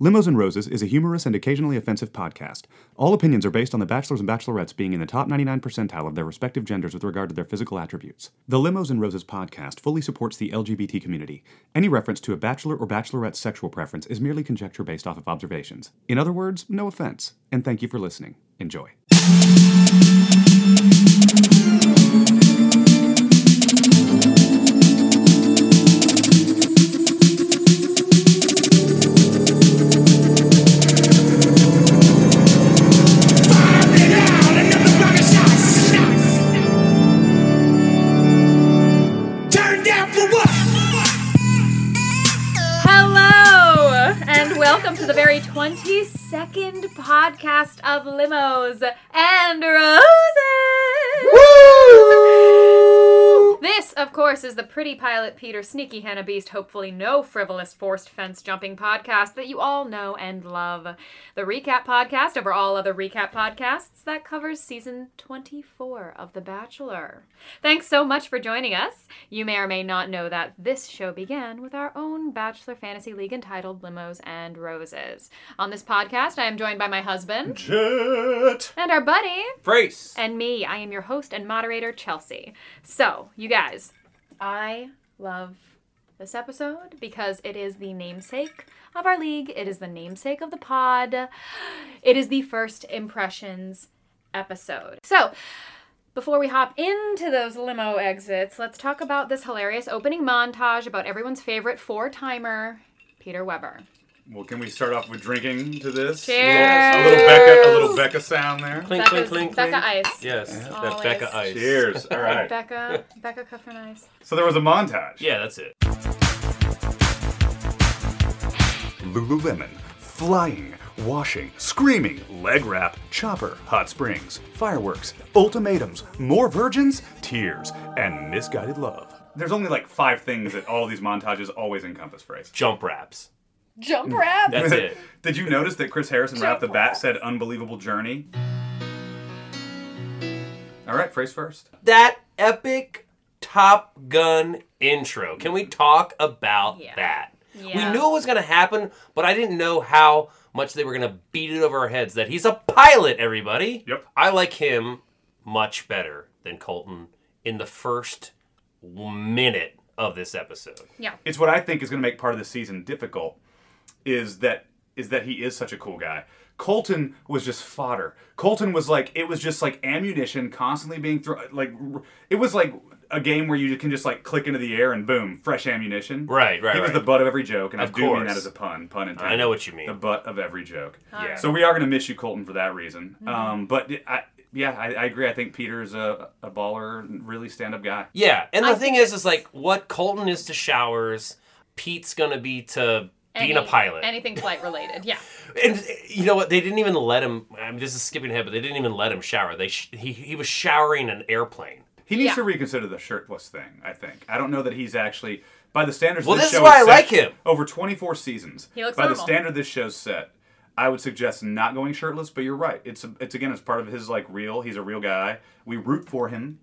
Limos and Roses is a humorous and occasionally offensive podcast. All opinions are based on the bachelors and bachelorettes being in the top 99 percentile of their respective genders with regard to their physical attributes. The Limos and Roses podcast fully supports the LGBT community. Any reference to a bachelor or bachelorette's sexual preference is merely conjecture based off of observations. In other words, no offense, and thank you for listening. Enjoy. Turn down for Hello, and welcome to the very 22nd podcast of Limos and Roses. This, of course, is the pretty pilot Peter Sneaky Hannah Beast, hopefully no frivolous forced fence jumping podcast that you all know and love. The recap podcast over all other recap podcasts that covers season 24 of The Bachelor. Thanks so much for joining us. You may or may not know that this show began with our own Bachelor Fantasy League entitled Limos and Roses. On this podcast, I am joined by my husband and our buddy Brace. and me. I am your host and moderator, Chelsea. So, you guys, I love this episode because it is the namesake of our league, it is the namesake of the pod, it is the first impressions episode. So, before we hop into those limo exits, let's talk about this hilarious opening montage about everyone's favorite four timer, Peter Weber. Well, can we start off with drinking to this? Cheers! A little Becca, a little Becca sound there. Clink, That clink, was clink, Becca clink. Ice. Yes, Always. that's Becca Ice. Cheers. All right. Becca, Becca Cuff and Ice. So there was a montage. Yeah, that's it. Lululemon, flying, washing, screaming, leg wrap, chopper, hot springs, fireworks, ultimatums, more virgins, tears, and misguided love. There's only like five things that all these montages always encompass phrase. Jump wraps. Jump wrap! That's it. Did you notice that Chris Harrison right off the bat said unbelievable journey? All right, phrase first. That epic Top Gun intro. Can we talk about Yeah. that? Yeah. We knew it was going to happen, but I didn't know how much they were going to beat it over our heads that he's a pilot, everybody. Yep. I like him much better than Colton in the first minute of this episode. Yeah. it's what I think is going to make part of the season difficult is that is that he is such a cool guy. Colton was just fodder. Colton was like it was just like ammunition constantly being thrown. Like r- it was like a game where you can just like click into the air and boom, fresh ammunition. Right, right, He was right. the butt of every joke, and Of I do mean that course. as a pun, pun intended. I know what you mean. The butt of every joke. Yeah. So we are going to miss you, Colton, for that reason. Um, but I, yeah, I, I agree. I think Peter's a, a baller, really stand up guy. Yeah, and the thing is, is like what Colton is to showers, Pete's gonna be to being a Any- pilot. Anything flight related. Yeah. and you know what? They didn't even let him. I'm just skipping ahead, but they didn't even let him shower. They sh- he he was showering an airplane. He needs Yeah. to reconsider the shirtless thing. I think. I don't know that he's actually by the standards. Well, this, this is show why I set, like him. Over 24 seasons, He looks by normal. the standard this show's set, I would suggest not going shirtless. But you're right. It's it's again, it's part of his like real. He's a real guy. We root for him,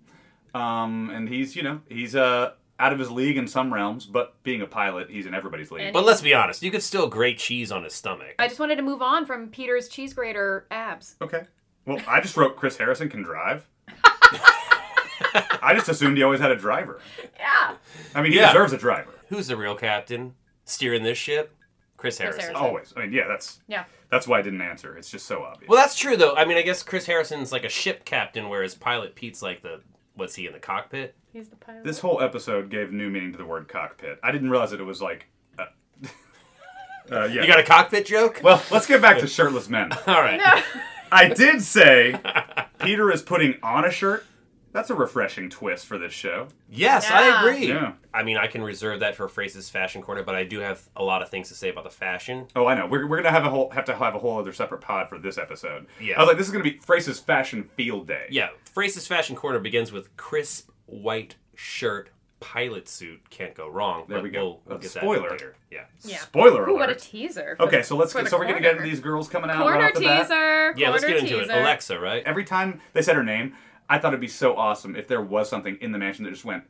um, and he's you know he's uh out of his league in some realms, but being a pilot, he's in everybody's league. And- But let's be honest, you could still grate cheese on his stomach. I just wanted to move on from Peter's cheese grater abs. okay. Well, I just wrote Chris Harrison can drive. I just assumed he always had a driver. Yeah. I mean, he Yeah. deserves a driver. Who's the real captain steering this ship? Chris Harrison. Harrison. Always. I mean, yeah, that's Yeah. That's why I didn't answer. It's just so obvious. Well, that's true though. I mean, I guess Chris Harrison's like a ship captain, whereas pilot Pete's like the what's he in the cockpit? He's the pilot. this whole episode gave new meaning to the word cockpit. I didn't realize that it was like. Uh, uh, yeah. You got a cockpit joke? well, let's get back to shirtless men. all right. I did say Peter is putting on a shirt. That's a refreshing twist for this show. Yes, Yeah. I agree. Yeah. I mean, I can reserve that for Phrases Fashion Corner, but I do have a lot of things to say about the fashion. Oh, I know. We're, we're gonna have a whole have to have a whole other separate pod for this episode. Yeah. I was like, this is gonna be Frace's fashion field day. Yeah, Phrases Fashion Corner begins with crisp white shirt pilot suit. Can't go wrong. There but we go. We'll, we'll Uh, get spoiler. that later. Yeah. Yeah. Spoiler Ooh, what a alert. teaser. for okay, the- so let's for get, the so we're gonna corner. get into these girls coming out. right corner off the bat. teaser. Yeah, let's corner get into teaser. it. Alexa, right? every time they said her name, I thought it'd be so awesome if there was something in the mansion that just went,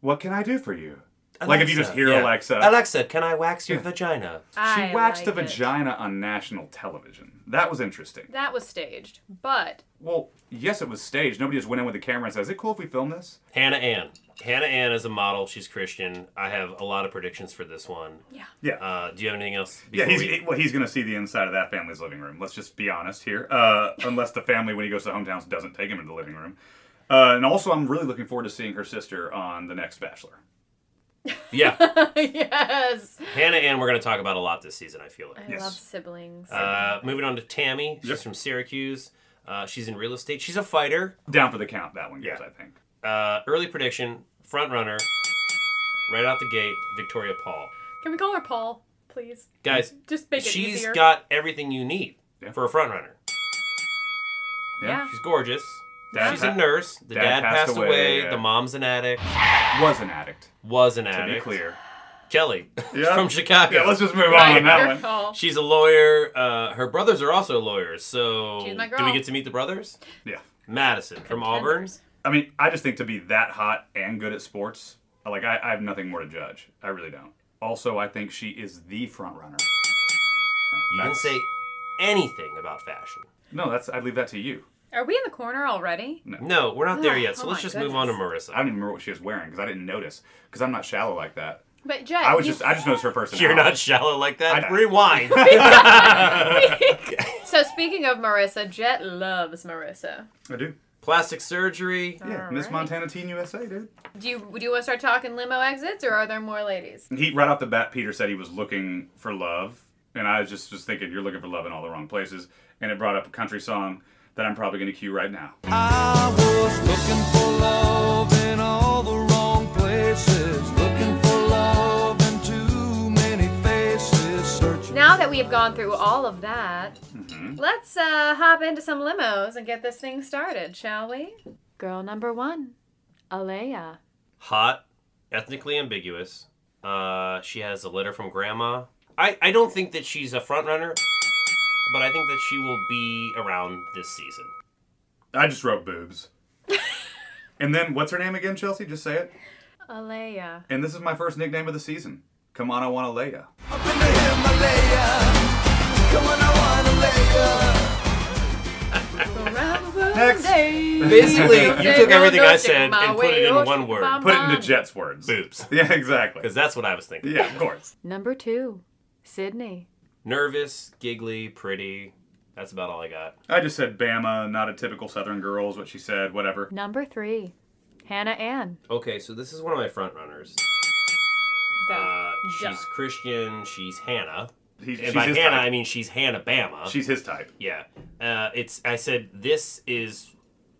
"What can I do for you?" Like if you just hear yeah. Alexa. Alexa, can I wax your vagina? She I waxed like the it. vagina on national television. That was interesting. That was staged, but Well, yes, it was staged. Nobody just went in with a camera and said, "Is it cool if we film this?" Hannah Ann. Hannah Ann is a model. She's Christian. I have a lot of predictions for this one. yeah. Yeah. Uh, do you have anything else? yeah, before he's, we- he- well, he's going to see the inside of that family's living room. Let's just be honest here. Uh, unless the family, when he goes to hometowns, doesn't take him into the living room. Uh, and also, I'm really looking forward to seeing her sister on the next Bachelor. yeah. yes. Hannah Ann, we're going to talk about a lot this season, I feel like. I Yes. love siblings. Uh, moving on to Tammy. She's Yep. from Syracuse. Uh, she's in real estate. She's a fighter. Down for the count, that one goes, Yeah. I think. Uh, early prediction, front runner, right out the gate, Victoria Paul. Can we call her Paul, please? Guys, Just make it she's easier. got everything you need Yeah. for a front runner. yeah. She's gorgeous. Dad she's pa- a nurse. The dad, passed, away. yeah. The mom's an addict. Was an addict, Was an to addict. be clear. Kelly Yeah. from Chicago. Yeah, let's just move on Right, on that her one. call. She's a lawyer. Uh, her brothers are also lawyers. So She's my do we girl. get to meet the brothers? Yeah. Madison from Auburn. Contenders. I mean, I just think to be that hot and good at sports, like, I, I have nothing more to judge. I really don't. Also, I think she is the front runner. You didn't say That's- anything about fashion. No, that's I'd leave that to you. Are we in the corner already? No, we're not there yet. So Oh let's my just move on to I don't Marissa. even remember what she was wearing because I didn't notice because I'm not shallow like that. But Jay, I was you- just I just noticed her personality. You're not shallow like that. I- Rewind. so speaking of Marissa, Jet loves Marissa. I do. Plastic surgery. Yeah, All Miss right. Montana Teen USA, dude. Do you do you want to start talking limo exits, or are there more ladies? He right off the bat, Peter said he was looking for love, and I was just was thinking you're looking for love in all the wrong places, and it brought up a country song that I'm probably gonna cue right now. I was looking for love in all the wrong places, looking for love in too many faces, searching. Now that we have gone through all of that, Mm-hmm. let's uh, hop into some limos and get this thing started, shall we? Girl number one, Alea. Hot, ethnically ambiguous. Uh, she has a letter from grandma. I, I don't think that she's a front runner, but I think that she will be around this season. I just wrote boobs. and then what's her name again, Chelsea? Just say it. Alea. And this is my first nickname of the season. Come on, I want to lay ya. Up in the Himalaya, come on, I wanna lay ya. Around the Next. day. Basically, you They took everything run I those said my and put it way, in oh, one word. my Put it into mom. Jet's words. Boobs. Yeah, exactly. Because that's what I was thinking. Yeah, of course. Number two, Sydney. Nervous, giggly, pretty. That's about all I got. I just said Bama, not a typical Southern girl is what she said. Whatever. Number three, Hannah Ann. Okay, so this is one of my front runners. Uh, Duh. she's Christian. She's Hannah. He's, And she's by his Hannah, type. I mean she's Hannah Bama. she's his type. yeah. Uh, it's. I said this is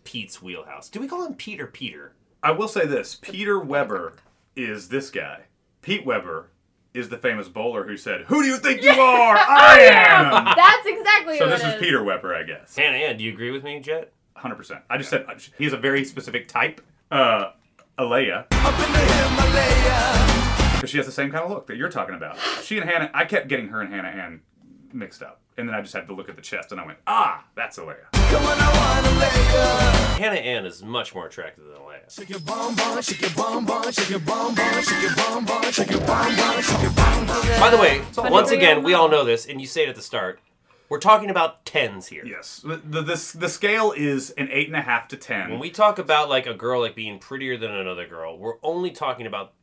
Pete's wheelhouse. Do we call him Pete or Peter? I will say this: Peter Weber is this guy. Pete Weber is the famous bowler who said, "Who do you think you are? I am." That's exactly So what this it is Peter Weber, I guess. Hannah Ann, do you agree with me, Jet? 100%. I just said he has a very specific type. Uh, Alea, Up in the Himalaya, because she has the same kind of look that you're talking about. She and Hannah, I kept getting her and Hannah Ann mixed up, and then I just had to look at the chest, and I went, "Ah, that's Alea." come on, I wanna lay ya. Hannah Ann is much more attractive than Leia. Shake your bum bum, shake your bum bum, shake your bum bum, shake your bum bum, shake your bum bum, shake your bum bum. By the way, once Twenty-three again, we oh all know this, and you say it at the start. We're talking about tens here. Yes, the the, the, the scale is an eight and a half to ten. When we talk about like a girl like being prettier than another girl, we're only talking about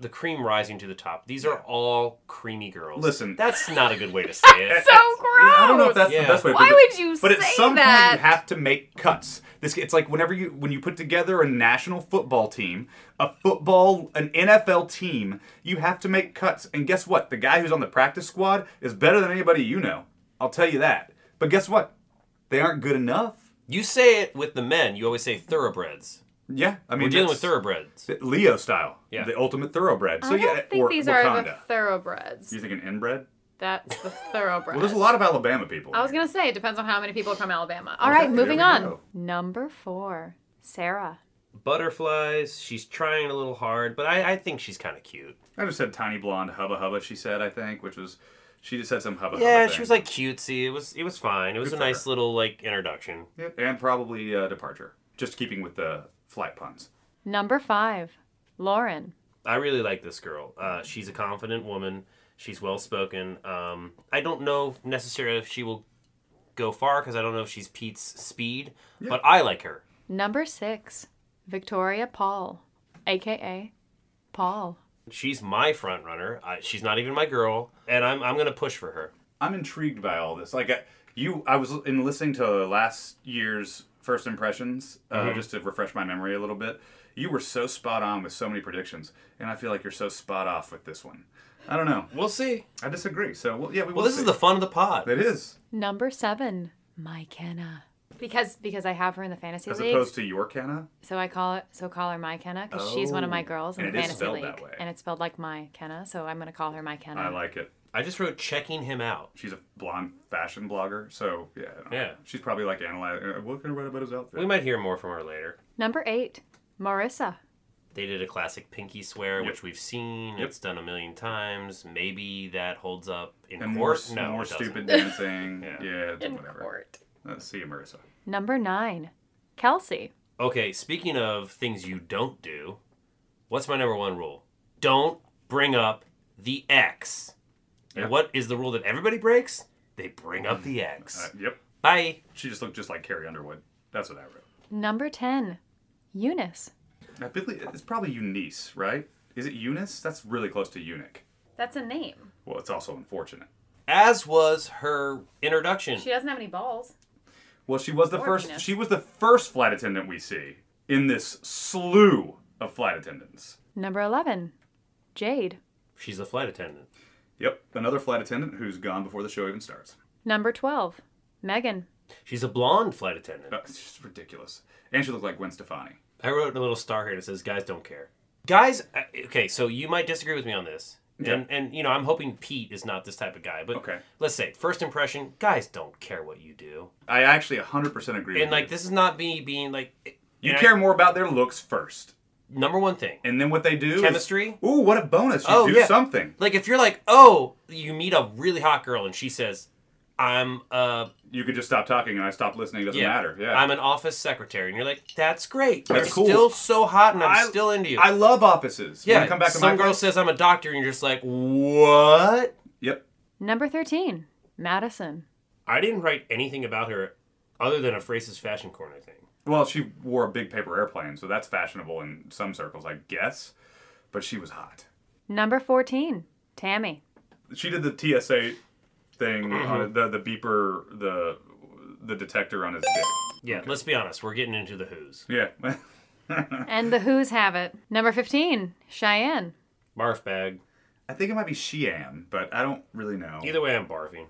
the cream rising to the top. These are all creamy girls. Listen. that's not a don't know if that's the best way to say it. So gross. Yeah, I don't know if that's Yeah. the best way. Why but would you But say at some that? point, you have to make cuts. This it's like whenever you when you put together a national football team, a football, an NFL team, you have to make cuts. And guess what? The guy who's on the practice squad is better than anybody you know. I'll tell you that. But guess what? They aren't good enough. You say it with the men. You always say thoroughbreds. Yeah, I mean We're dealing with that's thoroughbreds. Leo style, Yeah. the ultimate thoroughbred. So I yeah, don't think or these Wakanda. are the thoroughbreds. you think an inbred? That's the thoroughbred. Well, there's a lot of Alabama people. I was gonna say it depends on how many people are from Alabama. All Okay, right, here moving we on. go. Number four, Sarah. Butterflies. She's trying a little hard, but I, I think she's kind of cute. I just said tiny blonde hubba hubba. She said, I think, which was she just said some hubba. Yeah, hubba she thing. was like cutesy. It was it was fine. It was Good a for nice her. little like introduction. Yep, and probably uh, departure. Just keeping with the flight puns. Number five, Lauren. I really like this girl. Uh, she's a confident woman. She's well spoken. Um, I don't know necessarily if she will go far because I don't know if she's Pete's speed, but I like her. Number six, Victoria Paul, aka Paul. She's my front runner. I, she's not even my girl, and I'm I'm gonna push for her. I'm intrigued by all this. Like I, you, I was in listening to last year's first impressions, uh, Mm-hmm. just to refresh my memory a little bit. You were so spot on with so many predictions, and I feel like you're so spot off with this one. I don't know. We'll see. I disagree. So well, yeah, we Well, this is the fun of the pod. it is Number seven, my Kenna. Because because I have her in the fantasy as league, opposed to your Canna. so I call it so call her my Kenna because she's one of my Oh. girls in And the it is fantasy spelled league, that way. and it's spelled like my Kenna, so I'm gonna call her my Kenna. I like it. I just wrote checking him out. She's a blonde fashion blogger, so yeah. I don't know. Yeah. She's probably like analyzing. uh, What can I write about his outfit? We might hear more from her later. Number eight, Marissa. They did a classic pinky swear, which we've seen. It's done a million times. Maybe that holds up in and more, court. no, more it doesn't. stupid dancing. yeah, In whatever. court. Uh, see you, Marissa. Number nine, Kelsey. Okay, speaking of things you don't do, what's my number one rule? Don't bring up the X. Yeah. And what is the rule that everybody breaks? They bring up the Uh, X. yep. Bye. She just looked just like Carrie Underwood. That's what I wrote. Number ten, Eunice. Now, Billy, it's probably Eunice, right? Is it Eunice? That's really close to eunuch. That's a name. Well, it's also unfortunate. As was her introduction. She doesn't have any balls. Well, she was the Or first. Eunice. She was the first flight attendant we see in this slew of flight attendants. Number eleven, Jade. She's a flight attendant. Yep, another flight attendant who's gone before the show even starts. Number twelve, Megan. She's a blonde flight attendant. Uh, it's just ridiculous. And she looked like Gwen Stefani. I wrote a little star here that says, "Guys don't care." Guys, uh, okay, so you might disagree with me on this, and and you know I'm hoping Pete is not this type of guy, but Okay. let's say first impression, guys don't care what you do, I actually 100% agree. and with like you. this is not me being like eh, you and I- care more about their looks first, number one thing, and then what they do. is- Chemistry? ooh, what a bonus! You Oh, do yeah. something. like if you're like, oh, you meet a really hot girl and she says, "I'm uh You could just stop talking, and I stopped listening. It doesn't yeah, matter. Yeah, I'm an office secretary," and you're like, "That's great, That's you're cool. still so hot, and I'm I- still into you." I love offices. yeah, Wanna come back to some my girl place? says I'm a doctor, and you're just like, "What?" Yep. Number thirteen, Madison. I didn't write anything about her other than a Phrases fashion corner thing. Well, she wore a big paper airplane, so that's fashionable in some circles, I guess. But she was hot. Number fourteen, Tammy. She did the TSA thing, Mm-hmm. on the the beeper, the the detector on his dick. Yeah, let's be honest. We're getting into the who's. Yeah. And the Who's have it. Number 15, Cheyenne. Barf bag. I think it might be Sheam, but I don't really know. Either way, I'm barfing.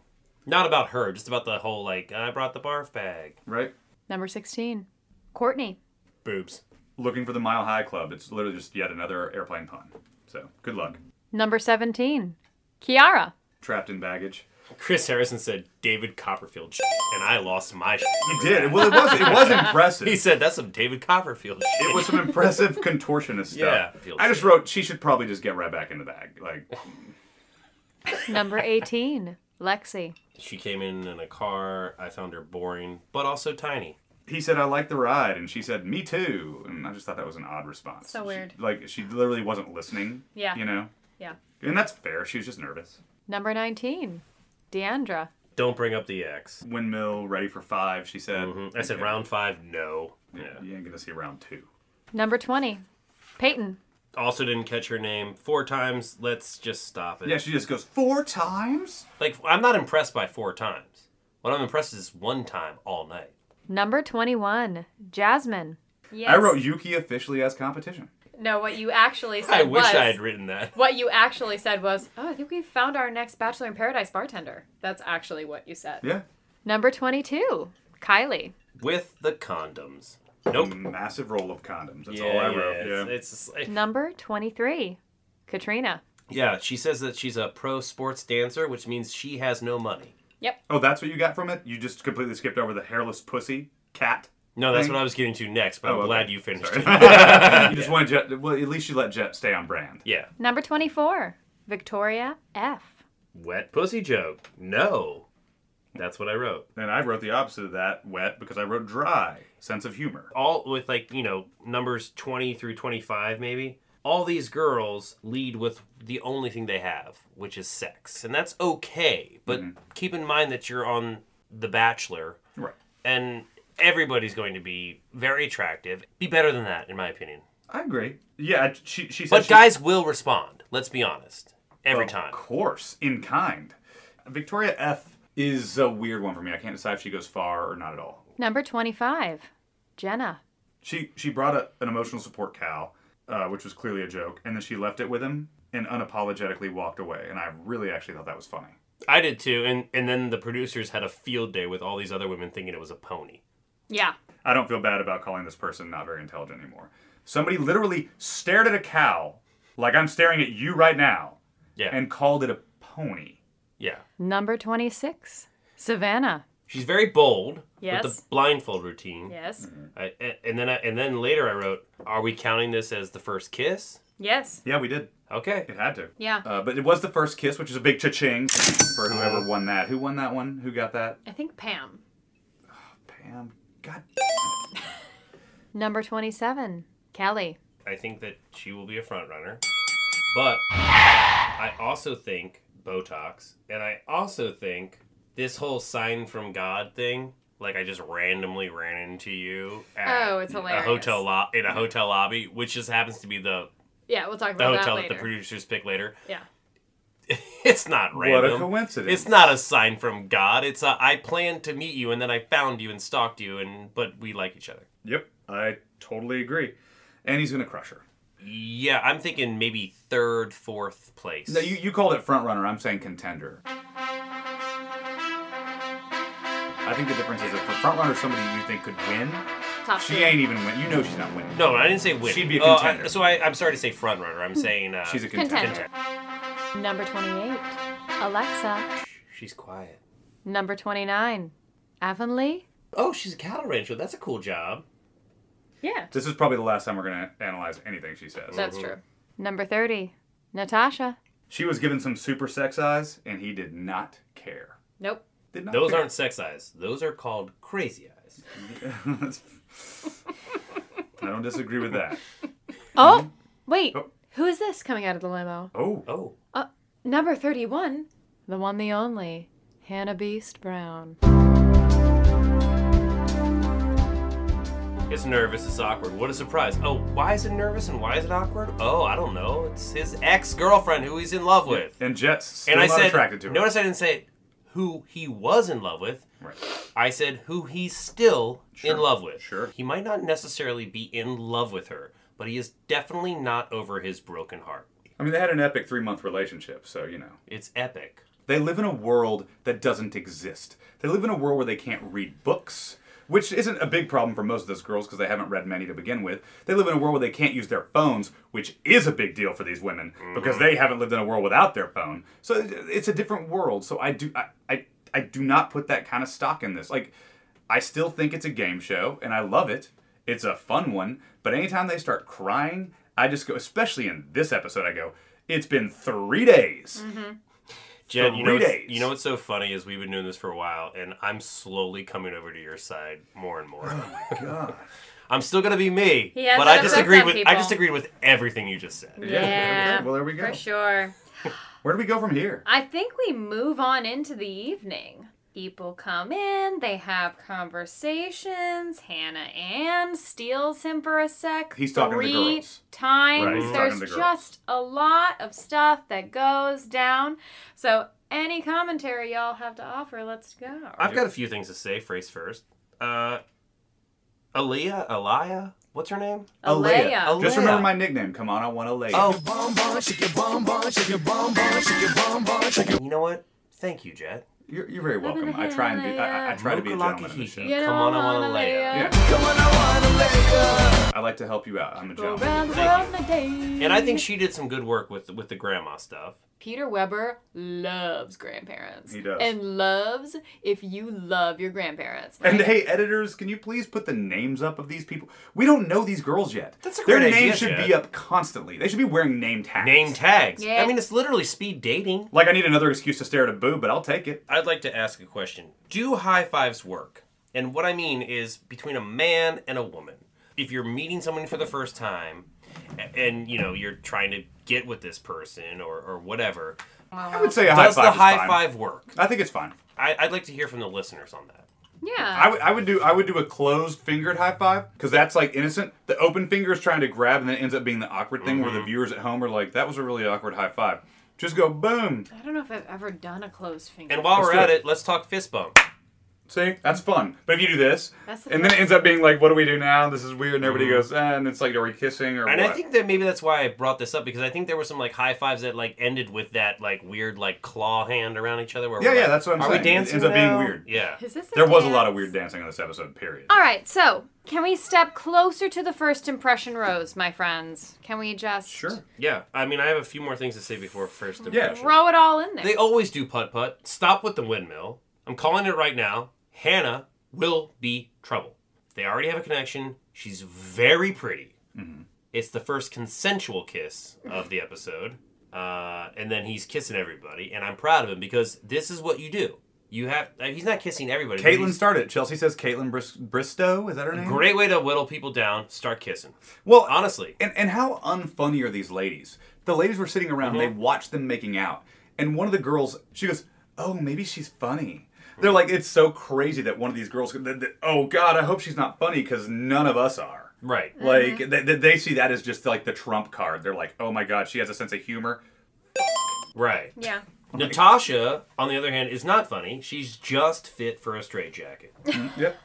Not about her, just about the whole, like, I brought the barf bag. right? Number 16, Courtney. Boobs. Looking for the Mile High Club. It's literally just yet another airplane pun. So good luck. Number 17, Kiara. Trapped in baggage. Chris Harrison said David Copperfield shit, and I lost my shit. You did. Well, it was it was impressive. He said, that's some David Copperfield shit. It was some impressive contortionist stuff. Yeah. I just wrote she should probably just get right back in the bag. Like Number 18, Lexi. She came in in a car. I found her boring, but also tiny. he said I like the ride and she said me too and I just thought that was an odd response. So She- weird. like she literally wasn't listening. Yeah. You know. Yeah. And that's fair. She was just nervous. Number 19, Deandra. Don't bring up the X. Windmill ready for five. She said. Mhm. I said, Okay. round five, no. Yeah. You ain't gonna see round two. Number 20, Peyton. Also didn't catch her name four times. Let's just stop it. Yeah, she just goes four times. Like I'm not impressed by four times. What I'm impressed is one time all night. Number 21, Jasmine. Yes. I wrote Yuki officially as competition. No, what you actually said I wish was. I had written that. What you actually said was, oh, I think we found our next Bachelor in Paradise bartender. That's actually what you said. Yeah. Number 22, Kylie. With the condoms. Nope. Massive roll of condoms. That's all I wrote. Yeah. It's, it's just like- Number 23, Katrina. yeah, she says that she's a pro sports dancer, which means she has no money. Yep. Oh, that's what you got from it? You just completely skipped over the hairless pussy cat? No, that's Thank- what I was getting to next, but I'm okay. glad you finished Sorry. it. you just wanted Jet. Well, at least you let Jet stay on brand. Yeah. Number 24, Victoria F. Wet pussy joke. No. That's what I wrote. And I wrote the opposite of that, wet, because I wrote dry, sense of humor. All with like, you know, numbers 20 through 25 maybe. all these girls lead with the only thing they have, which is sex. And that's okay, but keep in mind that you're on The Bachelor. Right. And everybody's going to be very attractive. Be better than that, in my opinion. I agree. Yeah, she she said But Oh, she- guys will respond, let's be honest, every Of time. course, in kind. Victoria F is a weird one for me. I can't decide if she goes far or not at all. Number 25, Jenna. She she brought a, an emotional support cow, uh, which was clearly a joke, and then she left it with him and unapologetically walked away. And I really actually thought that was funny. I did too, and, and then the producers had a field day with all these other women thinking it was a pony. Yeah. I don't feel bad about calling this person not very intelligent anymore. Somebody literally stared at a cow, like I'm staring at you right now, Yeah. and called it a pony. yeah. Number 26, Savannah. She's very bold with Yes. the blindfold routine. Yes. I, a- and then I, and then later I wrote, "Are we counting this as the first kiss?" Yes. Yeah, we did. Okay. It had to. Yeah. Uh, but it was the first kiss, which is a big cha-ching for whoever Uh-huh. won that. Who won that one? Who got that? I think Pam. Pam. God. Number 27, Kelly. I think that she will be a front runner, but I also think Botox, and I also think this whole sign from God thing. Like I just randomly ran into you at Oh, it's a hilarious. hotel lo- in a hotel lobby, which just happens to be the Yeah, we'll talk the about hotel that that later. the producers pick later. yeah. It's not What random. a coincidence. It's not a sign from God. It's a I planned to meet you and then I found you and stalked you and but we like each other. Yep. I totally agree. And he's gonna crush her. Yeah, I'm thinking maybe third, fourth place. No, you, you called it front runner. I'm saying contender. I think the difference is that for front runner, somebody you think could win, Top she two. ain't even win. You know she's not winning. No, I didn't say winner. She'd be a Oh, I- contender. so I, I'm sorry to say front runner. I'm saying uh, she's a contender. Contender. Number 28, Alexa. She's quiet. Number 29, Avonlea. Oh, she's a cattle rancher. That's a cool job. Yeah. This is probably the last time we're gonna analyze anything she says. That's true. Number 30, Natasha. She was given some super sex eyes, and he did not care. Nope. Did not Those care. aren't sex eyes. Those are called crazy eyes. I don't disagree with that. Oh, wait. Oh. Who is this coming out of the limo? Oh, Oh, Uh, number 31, the one, the only, Hannah Beast Brown. it's nervous. It's awkward. What a surprise. Oh, why is it nervous and why is it awkward? Oh, I don't know. It's his ex girlfriend who he's in love with. and Jets still and I not said, attracted to her. notice I didn't say who he was in love with. Right. I said who he's still Sure, in love with. sure. He might not necessarily be in love with her, but he is definitely not over his broken heart. I mean, they had an epic three-month relationship, so you know It's epic. they live in a world that doesn't exist. They live in a world where they can't read books, which isn't a big problem for most of those girls because they haven't read many to begin with. They live in a world where they can't use their phones, which is a big deal for these women because they haven't lived in a world without their phone. So it- it's a different world. So I do I, I I do not put that kind of stock in this. Like I still think it's a game show and I love it. It's a fun one, but anytime they start crying, I just go especially in this episode I go, it's been 3 days. Jen, you know, Three what's- days. you know what's so funny is we've been doing this for a while, and I'm slowly coming over to your side more and more. God. I'm still gonna be me, He has but that I effect disagreed on with I people. disagreed with everything you just said. Yeah, there we go. Well, there we go. For sure. Where do we go from here? I think we move on into the evening. People come in, they have conversations. Hannah Ann steals him for a sec. He's talking to the three girls. Times. Right, he's There's talking to the girls. just a lot of stuff that goes down. So, any commentary y'all have to offer, let's go. I've got a few things to say. Phrase first. Uh, Aaliyah, Aliyah, what's her name? Alea. Alea. Just Alea. remember my nickname. Come on, I want Alea. Oh, you know what? Thank you, Jet. You're, you're very welcome. I try and do. I, I- I try to be a gentleman on the show. Mokalakahiki. Come on, I wanna lay Alea. Yeah. I like to help you out. I'm a Go gentleman. round the world in a day. And I think she did some good work with with the grandma stuff. Peter Weber loves grandparents. He does. And loves if you love your grandparents. And hey, editors, can you please put the names up of these people? We don't know these girls yet. That's a Their great names idea, should Jet. be up constantly. They should be wearing name tags. Name tags. Yeah. I mean, it's literally speed dating. Like I need another excuse to stare at a boob, but I'll take it. I'd like to ask a question. Do high fives work? And what I mean is between a man and a woman. If you're meeting someone for the first time, a- and you know you're trying to get with this person or or whatever. I would say a Does high five. the is high fine. five work? I think it's fine. I, I'd like to hear from the listeners on that. Yeah. I would, I would do I would do a closed fingered high five because that's like innocent. The open finger is trying to grab and then it ends up being the awkward thing Mm-hmm. where the viewers at home are like, "That was a really awkward high five. Just go boom. I don't know if I've ever done a closed finger. And while Let's we're do at it. it, let's talk fist bump. See, that's fun. But if you do this, That's the and then it first- ends up being like, "What do we do now? This is weird." And everybody goes, ah, and it's like, "Are we kissing or Mm-hmm. And what?" I think that maybe that's why I brought this up because I think there were some like high fives that like ended with that like weird like claw hand around each other. Where yeah, we're yeah, like, that's what I'm Are saying. we dancing it ends up being now? weird. Yeah. Is this There was a lot dance? of weird dancing on this episode. Period. All right, so can we step closer to the first impression rose, my friends? Can we just Sure. Yeah. I mean, I have a few more things to say before first. Yeah. Sure. throw it all in there? They always do putt putt. Stop with the windmill. I'm calling it right now. Hannah will be trouble. They already have a connection. She's very pretty. It's the first consensual kiss of the episode. Uh, and then he's kissing everybody. And I'm proud of him because this is what you do. You have, uh, he's not kissing everybody. but Caitlin he's- started. Chelsea says Caitlin Bris- Bristow. Is that her name? Great way to whittle people down. Start kissing. Well, Honestly. And and how unfunny are these ladies? The ladies were sitting around. They watched them making out, and one of the girls, she goes, "Oh, maybe she's funny." They're like, it's so crazy that one of these girls. That, that- oh God, I hope she's not funny because none of us are. Right. Like they, they- they see that as just like the trump card. They're like, oh my God, she has a sense of humor. Right. yeah. Natasha, on the other hand, is not funny. She's just fit for a straitjacket. yep,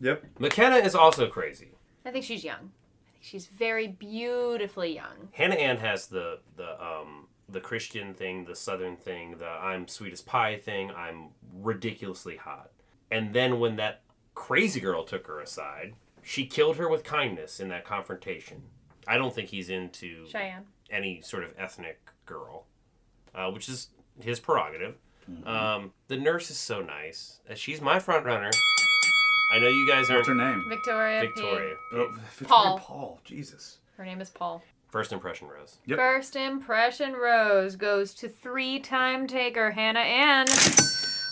yep. McKenna is also crazy. I think she's young. I think she's very beautifully young. Hannah Ann has the the um the Christian thing, the Southern thing, the I'm sweet as pie thing. I'm ridiculously hot. And then when that crazy girl took her aside, she killed her with kindness in that confrontation. I don't think he's into Cheyenne. any sort of ethnic girl, uh, which is his prerogative. Um, the nurse is so nice. Uh, She's my front runner. I know you guys What's her aren't name? Victoria. P. Victoria. Oh, Victoria Paul. Paul. Jesus. Her name is Paul. First impression, Rose. Yep. First impression rose goes to three time taker Hannah Ann.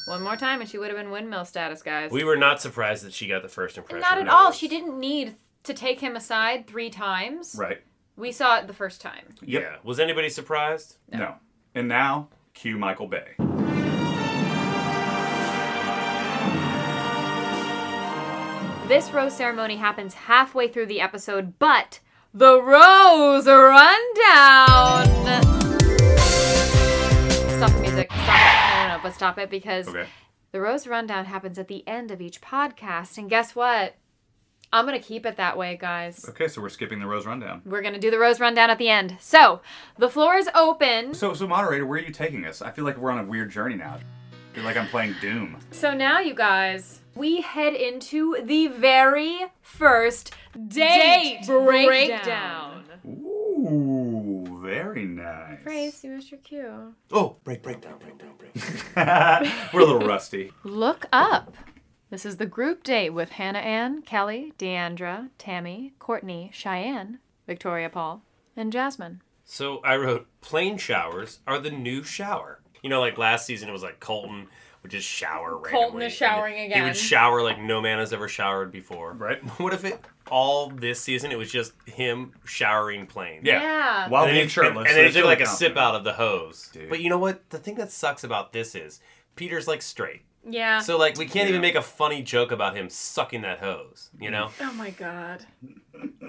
One more time, and she would have been windmill status, guys. We were not surprised that she got the first impression. Not at all. Rose. She didn't need to take him aside three times. Right. We saw it the first time. Yep. Yeah. Was anybody surprised? No. And now, cue Michael Bay. This rose ceremony happens halfway through the episode, but the rose rundown. Stop the music. Stop it. No, no, no, but stop it because Okay. the rose rundown happens at the end of each podcast. And guess what? I'm going to keep it that way, guys. Okay, so we're skipping the Rose Rundown. We're going to do the rose rundown at the end. So the floor is open. So, so moderator, where are you taking us? I feel like we're on a weird journey now. I feel like I'm playing Doom. So now, you guys, we head into the very first date, breakdown. Ooh, very nice. Praise you, Mr. Q. Oh, break, break down, break down, break. We're a little rusty. Look up. This is the group date with Hannah Ann, Kelly, Deandra, Tammy, Courtney, Cheyenne, Victoria Paul, and Jasmine. So I wrote, plain showers are the new shower. You know, like last season, it was like Colton would just shower randomly. Colton is showering and He again. would shower like no man has ever showered before. Right. What if it all this season it was just him showering plain? Yeah. While And then, being he- shirtless. and then so he it's took really like a sip confident. out of the hose. Dude. But you know what? The thing that sucks about this is Peter's like straight. Yeah. So like we can't Yeah. even make a funny joke about him sucking that hose, you know? oh my God.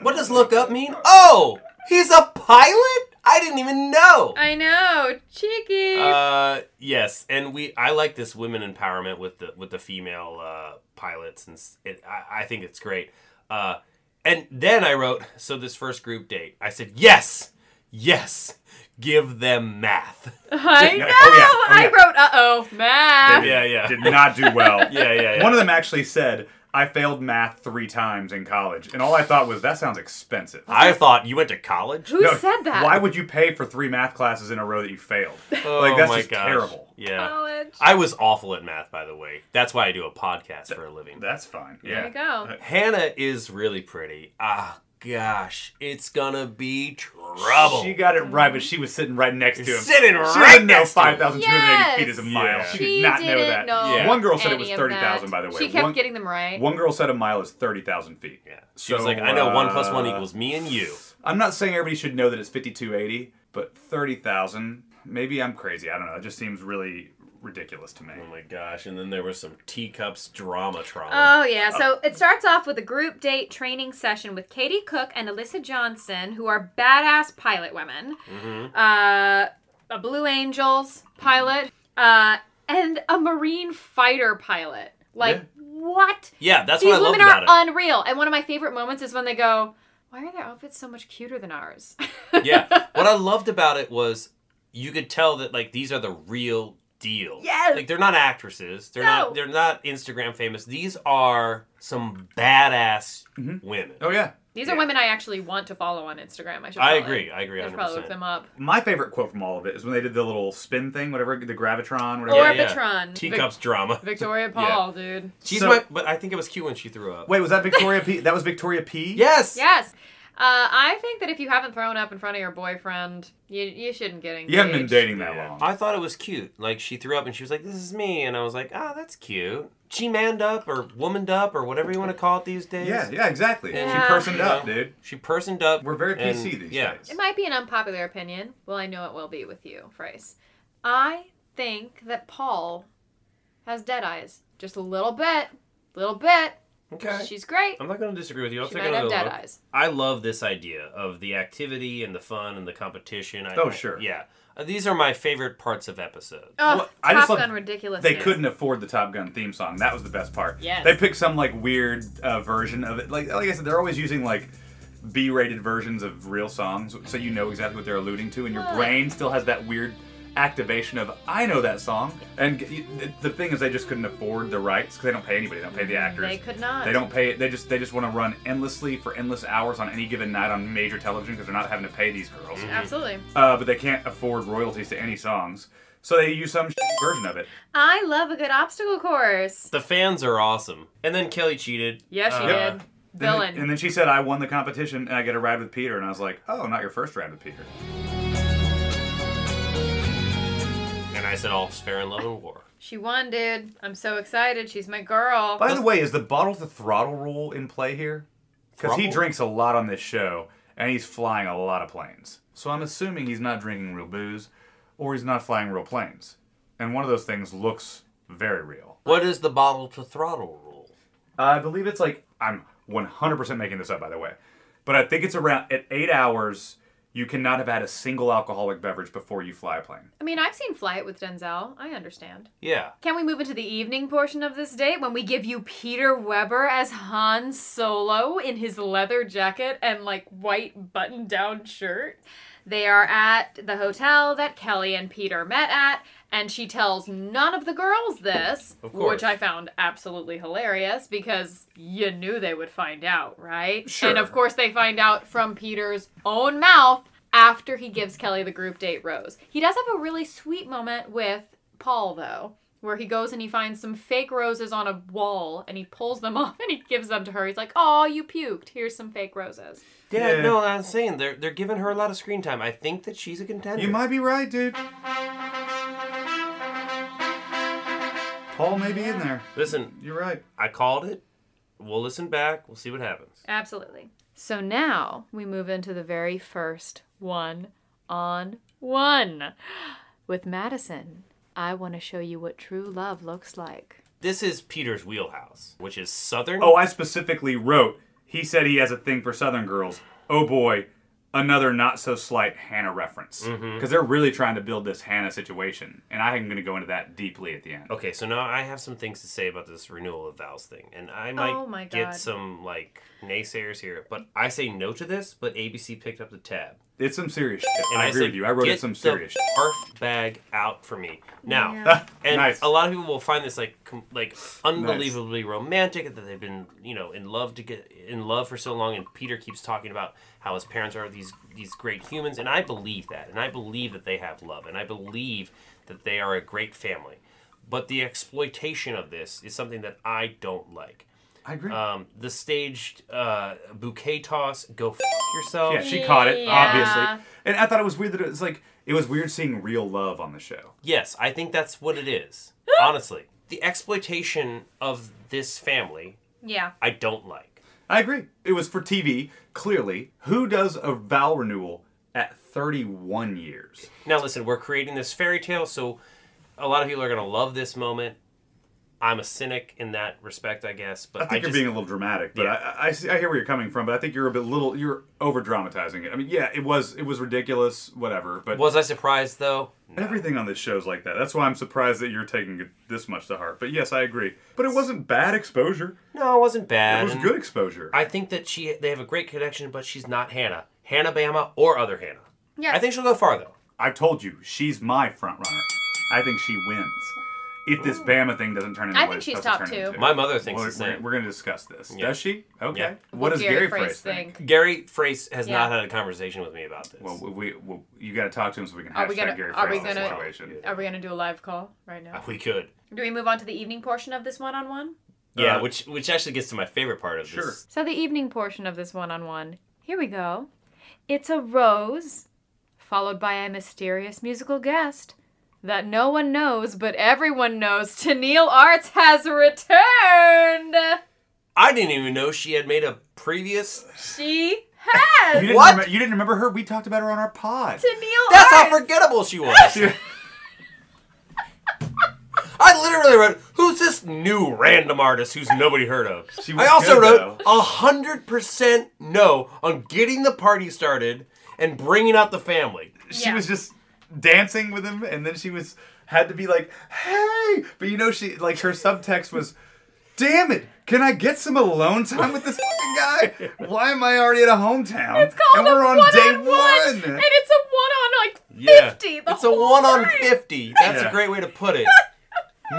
What does look up mean? Oh, he's a pilot? I didn't even know. I know. Cheeky. Uh, yes, and we I like this women empowerment with the with the female uh, pilots, and s- it, I, I think it's great. Uh, and then I wrote so this first group date. I said yes, yes, give them math. I know. yeah. Oh, yeah. Oh, I yeah. wrote, uh oh, math. Yeah, yeah, Did not do well. yeah, yeah, yeah. One of them actually said, I failed math three times in college. And all I thought was, that sounds expensive. I thought you went to college. Who No, said that? Why would you pay for three math classes in a row that you failed? Oh like, that's just terrible. Yeah. College. I was awful at math, by the way. That's why I do a podcast for a living. That's fine. Yeah. Uh, There you go. Hannah is really pretty. Ah, gosh, it's gonna be trouble. She got it right, but she was sitting right next to him. Sitting she right didn't know next to him. 5,280 feet is a Yes. mile. Yeah. She, She did not know didn't that. know Yeah. One girl said it any was of 30,000, that. by the way. She kept One- getting them right. One girl said a mile is 30,000 feet. Yeah. She was like, I know one plus one equals me and you. I'm not saying everybody should know that it's 5280, but 30,000. Maybe I'm crazy. I don't know. It just seems really ridiculous to me. Oh my gosh! And then there was some teacups drama trauma. Oh yeah, so it starts off with a group date training session with Katie Cook and Alyssa Johnson, who are badass pilot women. Mm-hmm. Uh, a Blue Angels pilot, uh, and a Marine fighter pilot. Like Yeah. what? yeah, that's These what I loved women about are it. unreal. And one of my favorite moments is when they go, "Why are their outfits so much cuter than ours?" yeah. What I loved about it was you could tell that like these are the real deal. Yes. Like they're not actresses. They're No. not they're not Instagram famous. These are some badass women. Oh, yeah. These are Yeah. women I actually want to follow on Instagram. I should. I probably- agree. I agree I should probably look 100%. them up. My favorite quote from all of it is when they did the little spin thing, whatever, the Gravitron, whatever. Or Yeah, yeah. Patron. Teacups drama. Victoria Paul, dude. She's So- my but I think it was cute when she threw up. Wait, was that Victoria P? That was Victoria P? Yes. Yes. Uh, I think that if you haven't thrown up in front of your boyfriend, you, you shouldn't get engaged. You haven't been dating that Yeah. long. I thought it was cute. Like she threw up and she was like, "This is me," and I was like, "Ah, that's cute." She manned up or womaned up or whatever you want to call it these days. yeah, yeah, exactly. Yeah. She personed You up, know, dude. She personed up. We're very and- PC these yeah. days. It might be an unpopular opinion. Well, I know it will be with you, Bryce. I think that Paul has dead eyes. Just a little bit. Little bit. Okay. She's great. Um, I'm not going to disagree with you. I'll She take might have another dead look. eyes. I love this idea of the activity and the fun and the competition. I, Oh, sure. Yeah. Uh, These are my favorite parts of episodes. Oh, Well, Top I just love- Gun ridiculous. They couldn't afford the Top Gun theme song. That was the best part. Yes. They picked some like weird uh, version of it. Like like I said, they're always using like B-rated versions of real songs, so you know exactly what they're alluding to, and your Well- brain still has that weird activation of I know that song. And g- you- the- the thing is, they just couldn't afford the rights because they don't pay anybody. They don't pay the actors. Mm, They could not. They don't pay. They just they just want to run endlessly for endless hours on any given night on major television because they're not having to pay these girls. Absolutely. Uh, but they can't afford royalties to any songs, so they use some version of it. I love a good obstacle course. The fans are awesome. And then Kelly cheated. Yes, she Uh, did. And then- Villain. And then she said, I won the competition and I get a ride with Peter. And I was like, oh, not your first ride with Peter. And I said, all's fair in love and war. she won, dude. I'm so excited. She's my girl. By the way, is the bottle to throttle rule in play here? Because he Throttle? drinks a lot on this show and he's flying a lot of planes. So I'm assuming he's not drinking real booze or he's not flying real planes. And one of those things looks very real. What is the bottle to throttle rule? I believe it's like I'm 100% making this up, by the way, but I think it's around at eight hours. You cannot have had a single alcoholic beverage before you fly a plane. I mean, I've seen Flight with Denzel. I understand. Yeah. Can we move into the evening portion of this date when we give you Peter Weber as Han Solo in his leather jacket and like white button down shirt? They are at the hotel that Kelly and Peter met at, and she tells none of the girls this, Of course. which I found absolutely hilarious because you knew they would find out, right? Sure. And of course, they find out from Peter's own mouth after he gives Kelly the group date rose. He does have a really sweet moment with Paul, though, where he goes and he finds some fake roses on a wall and he pulls them off and he gives them to her. He's like, Oh, you puked. Here's some fake roses. Yeah, Yeah. no, I'm saying they're, they're giving her a lot of screen time. I think that she's a contender. You might be right, dude. Paul may be in there. Listen, You're right. I called it. We'll listen back. We'll see what happens. Absolutely. So now we move into the very first one on one with Madison. I want to show you what true love looks like. This is Peter's wheelhouse, which is Southern. Oh, I specifically wrote. He said he has a thing for Southern girls. Oh boy, another not so slight Hannah reference because Mm-hmm. they're really trying to build this Hannah situation, and I am going to go into that deeply at the end. Okay, so now I have some things to say about this renewal of vows thing, and I might Oh my God. get some like naysayers here, but I say no to this. But ABC picked up the tab, It's some serious shit. and I, agree say, with you. I wrote get it some the serious shit. barf bag out for me now. And nice. a lot of people will find this like com- like unbelievably romantic that they've been you know in love to get in love for so long, and Peter keeps talking about how his parents are these these great humans, and I believe that, and I believe that they have love, and I believe that they are a great family, but the exploitation of this is something that I don't like. I agree. Um, the staged uh, bouquet toss, go f- yourself. Yeah, she caught it, Yeah. obviously. And I thought it was weird that it was like it was weird seeing real love on the show. Yes, I think that's what it is. Honestly, the exploitation of this family, Yeah. I don't like. I agree. It was for TV, clearly. Who does a vow renewal at 31 years? Now, listen, we're creating this fairy tale, so a lot of people are going to love this moment. I'm a cynic in that respect, I guess. But I think you're just, being a little dramatic, but Yeah. I, I, see- I hear where you're coming from. But I think you're a bit little. You're over dramatizing it. I mean, yeah, it was it was ridiculous, whatever. But was I surprised though? everything on this show's like that. That's why I'm surprised that you're taking it this much to heart. But yes, I agree. But it wasn't bad exposure. No, it wasn't bad. It was and good exposure. I think that she they have a great connection, but she's not Hannah, Hannah Bama, or other Hannah. Yes. I think she'll go far though. I've told you, she's my front runner. I think she wins. If this Bama thing doesn't turn into I what think it's she's supposed to top turn two. into. My mother thinks we're, the same. We're, we're going to discuss this. Yeah. Does she? Okay. Yeah. What does Gary, Frace, think? Gary Frace has Yeah. not had a conversation with me about this. Well, we, we, well, you got to talk to him so we can Are hashtag we gonna- Gary are we Frace's gonna- situation. Are we gonna do a live call right now? Uh, we could. Do we move on to the evening portion of this one-on-one? Yeah, Uh, which which actually gets to my favorite part of Sure. this. So the evening portion of this one-on-one. Here we go. It's a rose, followed by a mysterious musical guest that no one knows, but everyone knows. Tennille Arts has returned. I didn't even know she had made a previous. She You has. didn't What? remem- you didn't remember her? We talked about her on our pod. Tennille That's how Arts. forgettable she was. I literally wrote, "Who's this new random artist who's nobody heard of?" She was I also good, wrote though. a hundred percent no on getting the party started and bringing out the family. she Yeah. was just dancing with him, and then she was had to be like, "Hey," but you know, she like her subtext was, "Damn it, can I get some alone time with this fucking guy? Why am I already at a hometown? It's called and we're a on day one-on-one, one." and it's a one on like Yeah. fifty. the It's a whole one on time. fifty. That's Yeah. a great way to put it.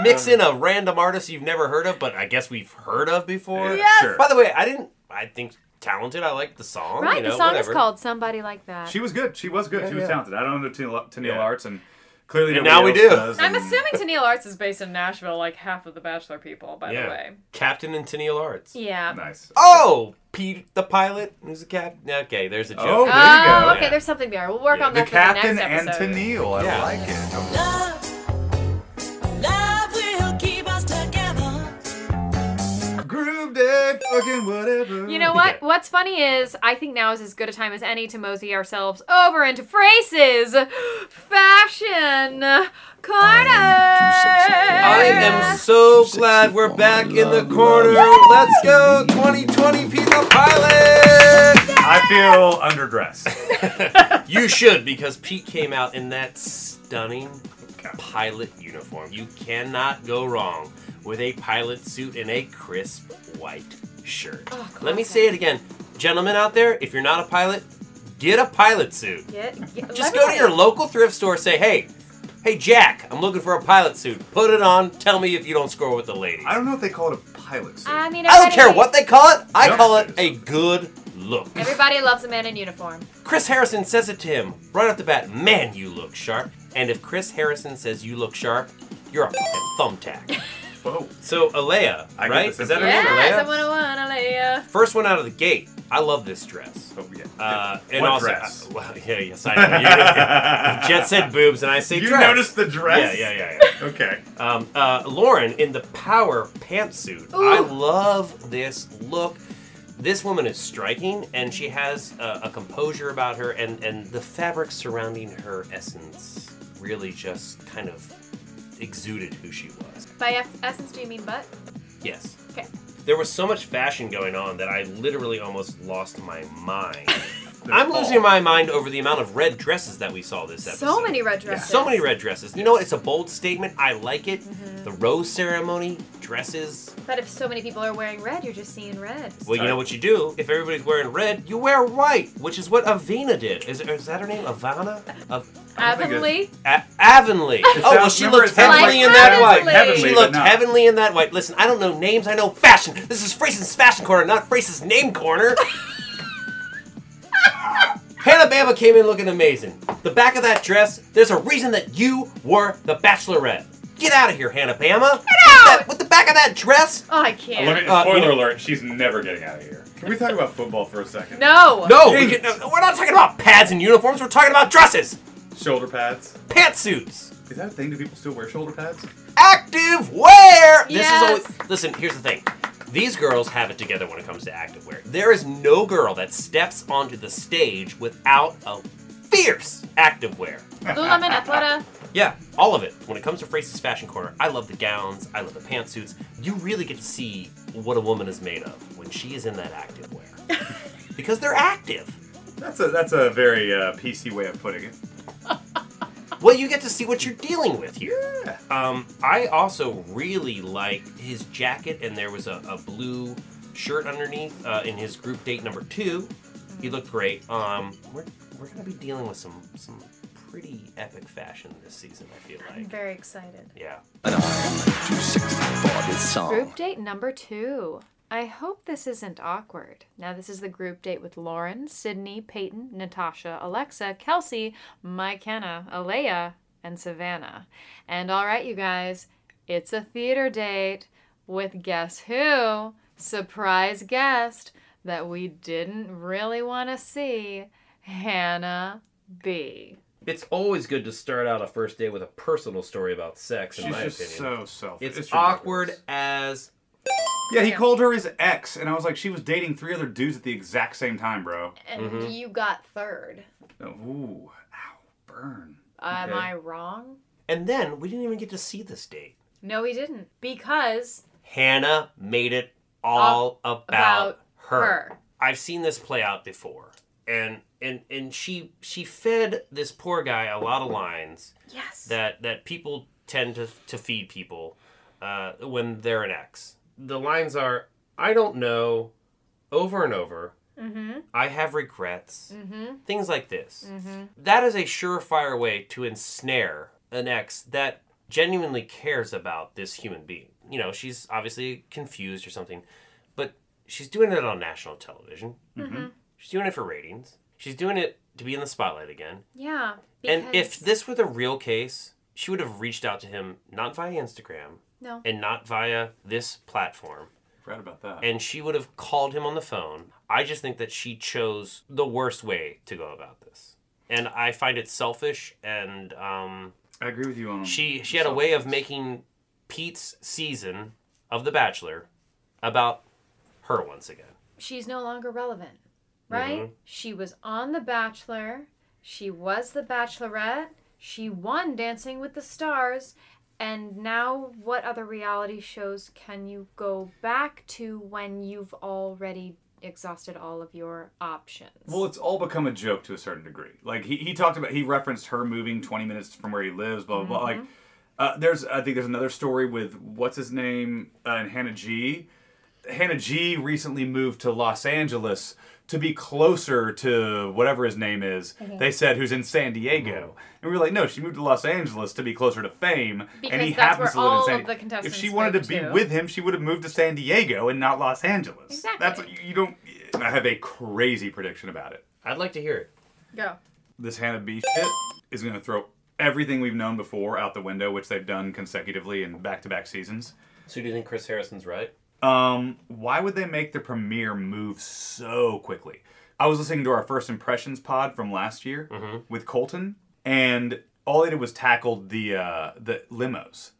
Mix in a random artist you've never heard of, but I guess we've heard of before. Yes. sure. By the way, I didn't. I think talented. I like the song. Right, you know, the song whatever. is called "Somebody Like That." She was good. She was good. she was yeah. talented. I don't know Tennille, Tennille Yeah. Arts, and clearly And nobody now we else do. does, I'm and- assuming Tennille Arts is based in Nashville, like half of the Bachelor people, by Yeah. the way. Captain and Tennille Arts. Yeah. Nice. Oh, Pete the pilot. Who's the captain? Okay, there's a joke. Oh, there you Oh, go. okay. Yeah. There's something there. We'll work on the that for the captain next and episode. Tennille. I Yeah. like it. Love, love will keep us together. Ah. Groove day, fucking whatever. You know what? What's funny is I think now is as good a time as any to mosey ourselves over into phrases, fashion, corner. I am so glad we're back in the corner. Let's go, 2020 Pete the pilot. I feel underdressed. You should because Pete came out in that stunning pilot uniform. You cannot go wrong with a pilot suit and a crisp white shirt. Oh, Let me say it again, gentlemen out there. If you're not a pilot, get a pilot suit. Get- get- Just let go me- to your local thrift store. Say, hey, hey Jack, I'm looking for a pilot suit. Put it on. Tell me if you don't score with the ladies. I don't know if they call it a pilot suit. I mean, I don't care what they call it. I Don't call it say a good look. Everybody loves a man in uniform. Chris Harrison says it to him right off the bat. Man, you look sharp. And if Chris Harrison says you look sharp, you're a fucking thumbtack. Whoa. So Alea, I get right? this Is that her name? impression. Yeah, Alea? it's a 101 Alea. First one out of the gate. I love this dress. Oh, yeah. Uh, and What also, dress? uh, well, yeah, yes, I know. You- Jet said boobs, and I say you dress. noticed the dress? Yeah, yeah, yeah. yeah. Okay. Um, uh, Lauren in the power pantsuit. Ooh. I love this look. This woman is striking, and she has a, a composure about her, and and the fabric surrounding her essence really just kind of exuded who she was. By eff- essence, do you mean butt? Yes. Okay. There was so much fashion going on that I literally almost lost my mind. They're I'm tall. losing my mind over the amount of red dresses that we saw this episode. Oh. So many red dresses. So many red dresses. You know what? It's a bold statement. I like it. The rose ceremony, dresses. But if so many people are wearing red, you're just seeing red. Well, you know what you do? If everybody's wearing red, you wear white, which is what Avina did. Is, is that her name? Ivana? Of, think it's- Avonlea. a- Avonlea. oh, well, sounds- she remember, looked it sounds heavenly like in that heavenly. white. Heavenly, She but looked not. heavenly in that white. Listen, I don't know names, I know fashion. This is Friesen's Fashion Corner, not Friesen's Name Corner. Hannah Bama came in looking amazing. The back of that dress, there's a reason that you were the Bachelorette. Get out of here, Hannah Bama. Get out! with the back of that dress? Oh, I can't. Let me, Uh, spoiler you know- alert, she's never getting out of here. Can we talk about football for a second? No. No, we can, uh, we're not talking about pads and uniforms. We're talking about dresses, Shoulder pads. pantsuits, Is that a thing? Do people still wear shoulder pads? active wear. This Yes. is always. Listen, here's the thing. These girls have it together when it comes to activewear. There is no girl that steps onto the stage without a fierce activewear. Lululemon, Athleta, Yeah, all of it. When it comes to Fraser's Fashion Corner, I love the gowns, I love the pantsuits. You really get to see what a woman is made of when she is in that activewear. because they're active. That's a that's a very uh, PC way of putting it. Well, you get to see what you're dealing with here. Um, I also really like his jacket, and there was a, a blue shirt underneath uh, in his group date number two. He looked great. Um, we're we're gonna be dealing with some some pretty epic fashion this season. I feel I'm like, very excited. yeah. Group date number two. I hope this isn't awkward. Now, this is the group date with Lauren, Sydney, Peyton, Natasha, Alexa, Kelsey, Mike Kenna, Alea, and Savannah. And all right, you guys, it's a theater date with guess who? Surprise guest that we didn't really want to see Hannah B. It's always good to start out a first day with a personal story about sex. In She's my just opinion, so self. it's, ridiculous. awkward as Yeah, he called her his ex, and I was like, she was dating three other dudes at the exact same time, bro. And you got third. Ooh, ow, burn. Am I wrong? And then we didn't even get to see this date. No, he didn't. Because Hannah made it all about, about her. her. I've seen this play out before. And and and she she fed this poor guy a lot of lines Yes. that that people tend to to feed people uh, when they're an ex. The lines are I don't know over and over. I have regrets. Things like this. That is a surefire way to ensnare an ex that genuinely cares about this human being. You know, she's obviously confused or something, but she's doing it on national television. She's doing it for ratings. She's doing it to be in the spotlight again. yeah. And if this were the real case, she would have reached out to him not via Instagram No. and not via this platform. Forgot about that. And she would have called him on the phone. I just think that she chose the worst way to go about this. And I find it selfish and um, I agree with you on. she she had a way of making Pete's season of The Bachelor about her once again. She's no longer relevant, right? Mm-hmm. She was on The Bachelor. She was The Bachelorette. She won Dancing with the Stars. And now, what other reality shows can you go back to when you've already exhausted all of your options? Well, it's all become a joke to a certain degree. Like he, he talked about, he referenced her moving 20 minutes from where he lives, blah blah blah. Like uh, Mm-hmm. there's, I think there's another story with what's his name uh, and Hannah G. Hannah G. recently moved to Los Angeles to be closer to whatever his name is. They said who's in San Diego, and we were like, no, she moved to Los Angeles to be closer to fame. Because and he that's happens where to live all in San of the Diego. If contestants she wanted to moved be to. with him, she would have moved to San Diego and not Los Angeles. That's Exactly. what you, you don't. I have a crazy prediction about it I'd like to hear it. go. this Hannah B shit is going to throw everything we've known before out the window, which they've done consecutively in back-to-back seasons. So do you think Chris Harrison's right? Um, why would they make the premiere move so quickly? I was listening to our first impressions pod from last year with Colton, and all they did was tackled the uh, the limos.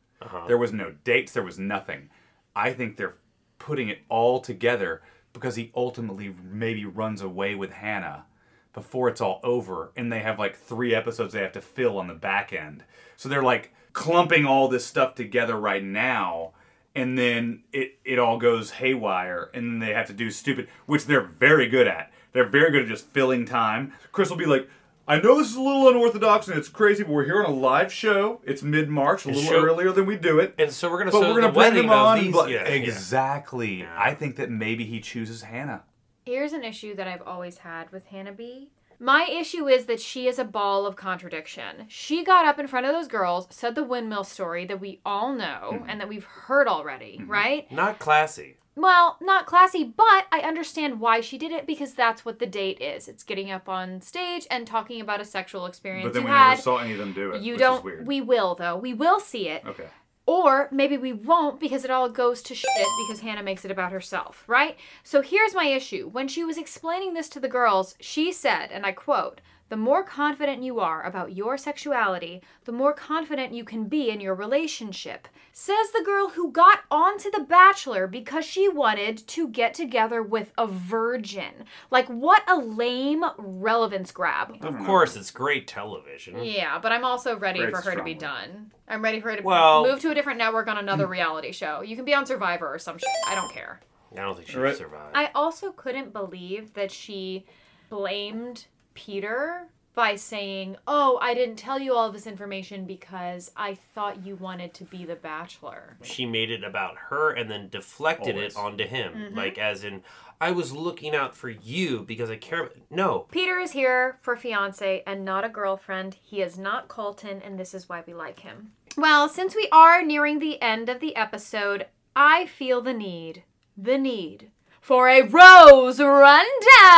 There was no dates, there was nothing. I think they're putting it all together because he ultimately maybe runs away with Hannah before it's all over, and they have like three episodes they have to fill on the back end. So they're like clumping all this stuff together right now, and then it it all goes haywire, and then they have to do stupid, which they're very good at. They're very good at just filling time. Chris will be like. I know this is a little unorthodox and it's crazy, but we're here on a live show. It's mid March, a little show- earlier than we do it And so we're gonna but so we're gonna the bring wedding him of on. these- but- yeah, yeah. exactly. I think that maybe he chooses Hannah. Here's an issue that I've always had with Hannah B. My issue is that she is a ball of contradiction. She got up in front of those girls, said the windmill story that we all know Mm-hmm. and that we've heard already, right? Not classy. Well, not classy, but I understand why she did it because that's what the date is. It's getting up on stage and talking about a sexual experience But then you we had. never saw any of them do it. you which don't Is weird. we will though. We will see it. okay. Or maybe we won't because it all goes to shit because Hannah makes it about herself, right? So here's my issue. When she was explaining this to the girls, she said, and I quote, The more confident you are about your sexuality, the more confident you can be in your relationship, says the girl who got onto The Bachelor because she wanted to get together with a virgin. Like, what a lame relevance grab. Of course, it's great television. Yeah, but I'm also ready Very for her to be strongly. done. I'm ready for her to Well- move to a different network on another reality show. You can be on Survivor or some shit. I don't care. I don't think she Right. would survive. I also couldn't believe that she blamed Peter by saying, "Oh, I didn't tell you all of this information because I thought you wanted to be the bachelor." she made it about her and then deflected Always. it onto him. Like, as in, I was looking out for you because I care about. No. Peter is here for fiance and not a girlfriend. He is not Colton, and this is why we like him. Well, since we are nearing the end of the episode, I feel the need, the need for a Rose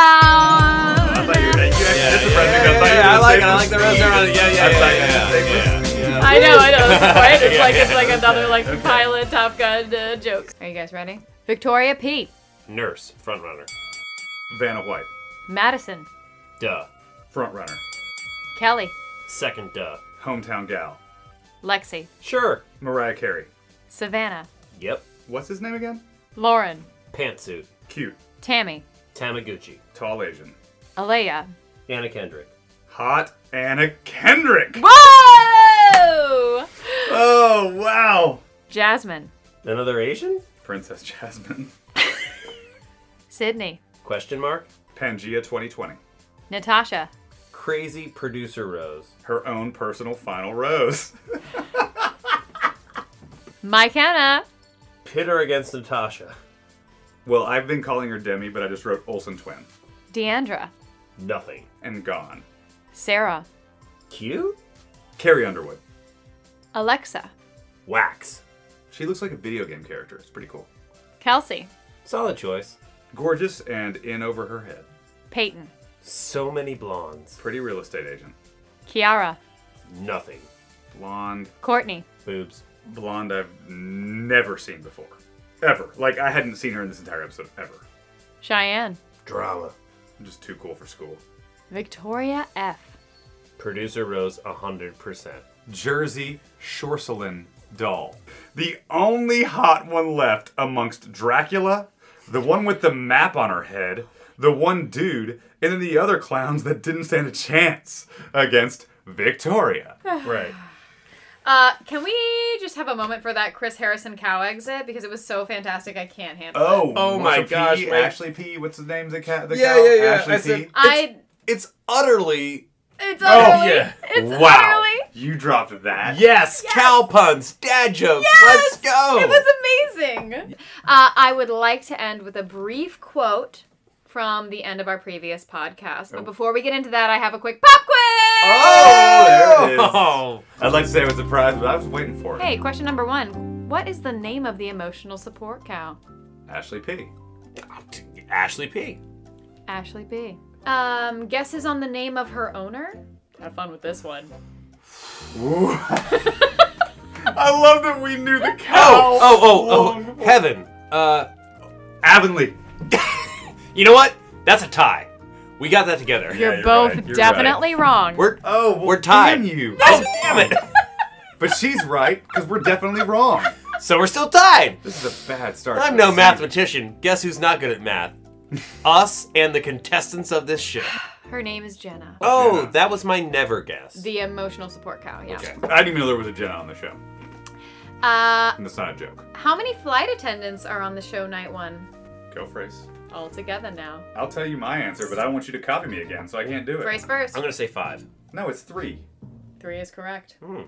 rundown. thought you were- you actually did the French I like because I thought you it. were I gonna like say the restaurant. Yeah, yeah, I yeah. thought you were yeah, gonna say- I know, I know, this is right? It's like it's like another like pilot Top Gun uh, joke. Are you guys ready? Victoria P, Nurse, front runner. Vanna White, Madison, Duh. front runner, Kelly, Second, duh. hometown gal, Lexi, Sure. Mariah Carey. Savannah, Yep. What's his name again? Lauren, Pantsuit. Cute, Tammy, Tamaguchi. tall Asian, Alea. Anna Kendrick. hot Anna Kendrick. Whoa! Oh wow, Jasmine, Another Asian? Princess Jasmine, Sydney, Question mark. Pangea 2020, Natasha, Crazy producer Rose. her own personal final rose. Mike Hannah, Pit her against Natasha. Well, I've been calling her Demi, but I just wrote Olsen twin Deandra, Nothing. and gone. Sarah, Cute? Carrie Underwood. Alexa, Wax. She looks like a video game character. It's pretty cool. Kelsey, Solid choice. Gorgeous and in over her head. Peyton, So many blondes. Pretty real estate agent. Kiara, Nothing. Blonde. Courtney, Boobs. Blonde I've never seen before. Ever. Like, I hadn't seen her in this entire episode, ever. Cheyenne, Drama. I'm just too cool for school. Victoria F, Producer Rose, 100%. Jersey Shorselin doll. The only hot one left amongst Dracula, the one with the map on her head, the one dude, and then the other clowns that didn't stand a chance against Victoria. Right. Uh, can we just have a moment for that Chris Harrison cow exit because it was so fantastic I can't handle it. Oh, Oh my so P, gosh, man. Ashley P. What's the name? The cat. The Yeah, cow? yeah, yeah. Ashley I P. said- I It's utterly. it's utterly yeah. it's wow, utterly you dropped that. Yes, cow puns, dad jokes. Yes! Let's go. It was amazing. Uh, I would like to end with a brief quote from the end of our previous podcast. But before we get into that, I have a quick pop quiz. Oh, there it is. Oh. I'd like to say it was a surprise, but I was waiting for it. Hey, question number one. What is the name of the emotional support cow? Ashley P. Ashley P. Ashley B. Um, guesses on the name of her owner? Have fun with this one. Ooh. I love that we knew the cow. Oh, oh, oh, oh, heaven. Uh, Avonlea. you know what? That's a tie. We got that together. Yeah, You're, you're both right, you're definitely wrong. We're Oh, well, We're tied. damn you. oh damn it! But she's right because we're definitely wrong. So we're still tied. This is a bad start. I'm for no us. mathematician. Guess who's not good at math? Us and the contestants of this show. her name is Jenna. Oh, that was my never guess. The emotional support cow, yeah. I didn't even know there was a Jenna on the show, Uh, and that's not a joke. how many flight attendants are on the show night one? Go phrase. All together now. I'll tell you my answer, but I want you to copy me again, so I can't do it. Grace first. I'm gonna say five. No, it's three. Three is correct. Hmm.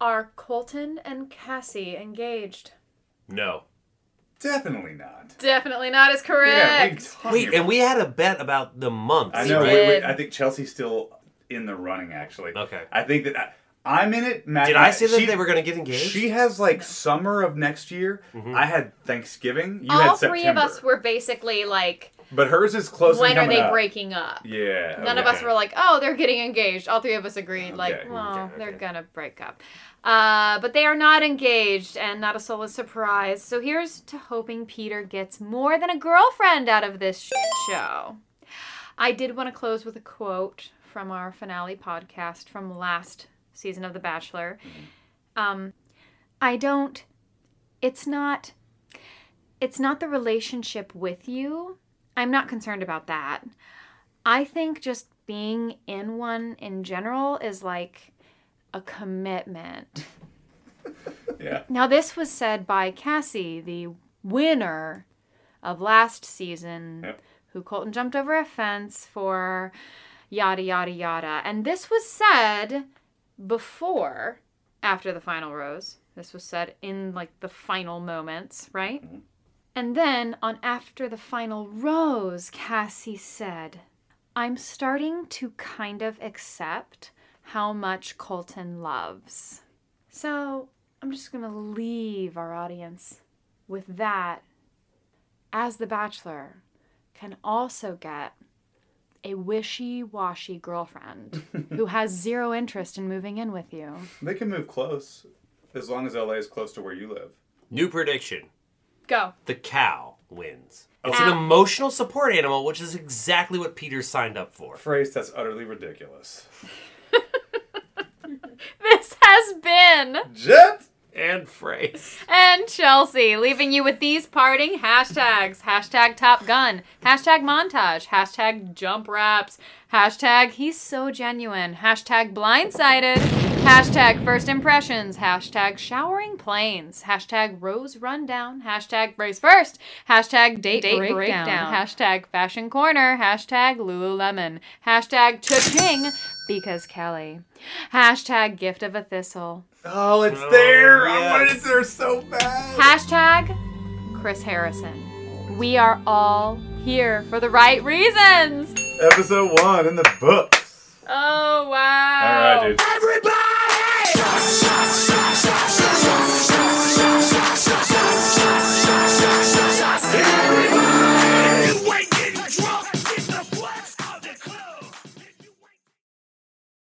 Are Colton and Cassie engaged? No. Definitely not. Definitely not is Yeah, we correct. talked Wait, about- and we had a bet about the month. I know. We, did. we- I think Chelsea's still in the running, actually. Okay. I think that I, I'm in it. Matt, Did I say that she- they were gonna get engaged? Mm-hmm. She has like summer of next year. I had Thanksgiving. You All had September. three of us were basically like, But hers is close. when and are coming they up. breaking up? Yeah. None of okay. us were like, oh, they're getting engaged. All three of us agreed, like, Okay, well, okay, they're okay. gonna break up. Uh, but they are not engaged, and not a soul is surprised. So here's to hoping Peter gets more than a girlfriend out of this sh- show. I did want to close with a quote from our finale podcast from last season of The Bachelor. Um, Mm-hmm. I don't. It's not. It's not the relationship with you. I'm not concerned about that. I think just being in one in general is like a commitment. Yeah. Now, this was said by Cassie, the winner of last season, Yep. who Colton jumped over a fence for yada, yada, yada. And this was said before, after the final rose. This was said in like the final moments, right? Mm-hmm. And then on after the final rose, Cassie said, I'm starting to kind of accept how much Colton loves. So I'm just going to leave our audience with that as The Bachelor can also get a wishy washy girlfriend who has zero interest in moving in with you. They can move close as long as LA is close to where you live. New prediction. Go. the cow wins. It's an emotional support animal, which is exactly what Peter signed up for. Phrase that's utterly ridiculous. This has been Jet! And phrase. and Chelsea leaving you with these parting hashtags hashtag Top Gun, hashtag montage, hashtag jump wraps, hashtag he's so genuine, hashtag blindsided, hashtag first impressions, hashtag showering planes, hashtag rose rundown, hashtag brace first, hashtag date, date breakdown, hashtag fashion corner, hashtag Lululemon, hashtag cha-ching because Kelly, hashtag gift of a thistle. Oh, it's there! I yes. wanted it there so bad! Hashtag Chris Harrison. We are all here for the right reasons. Episode one in the books. Oh, wow. Everybody!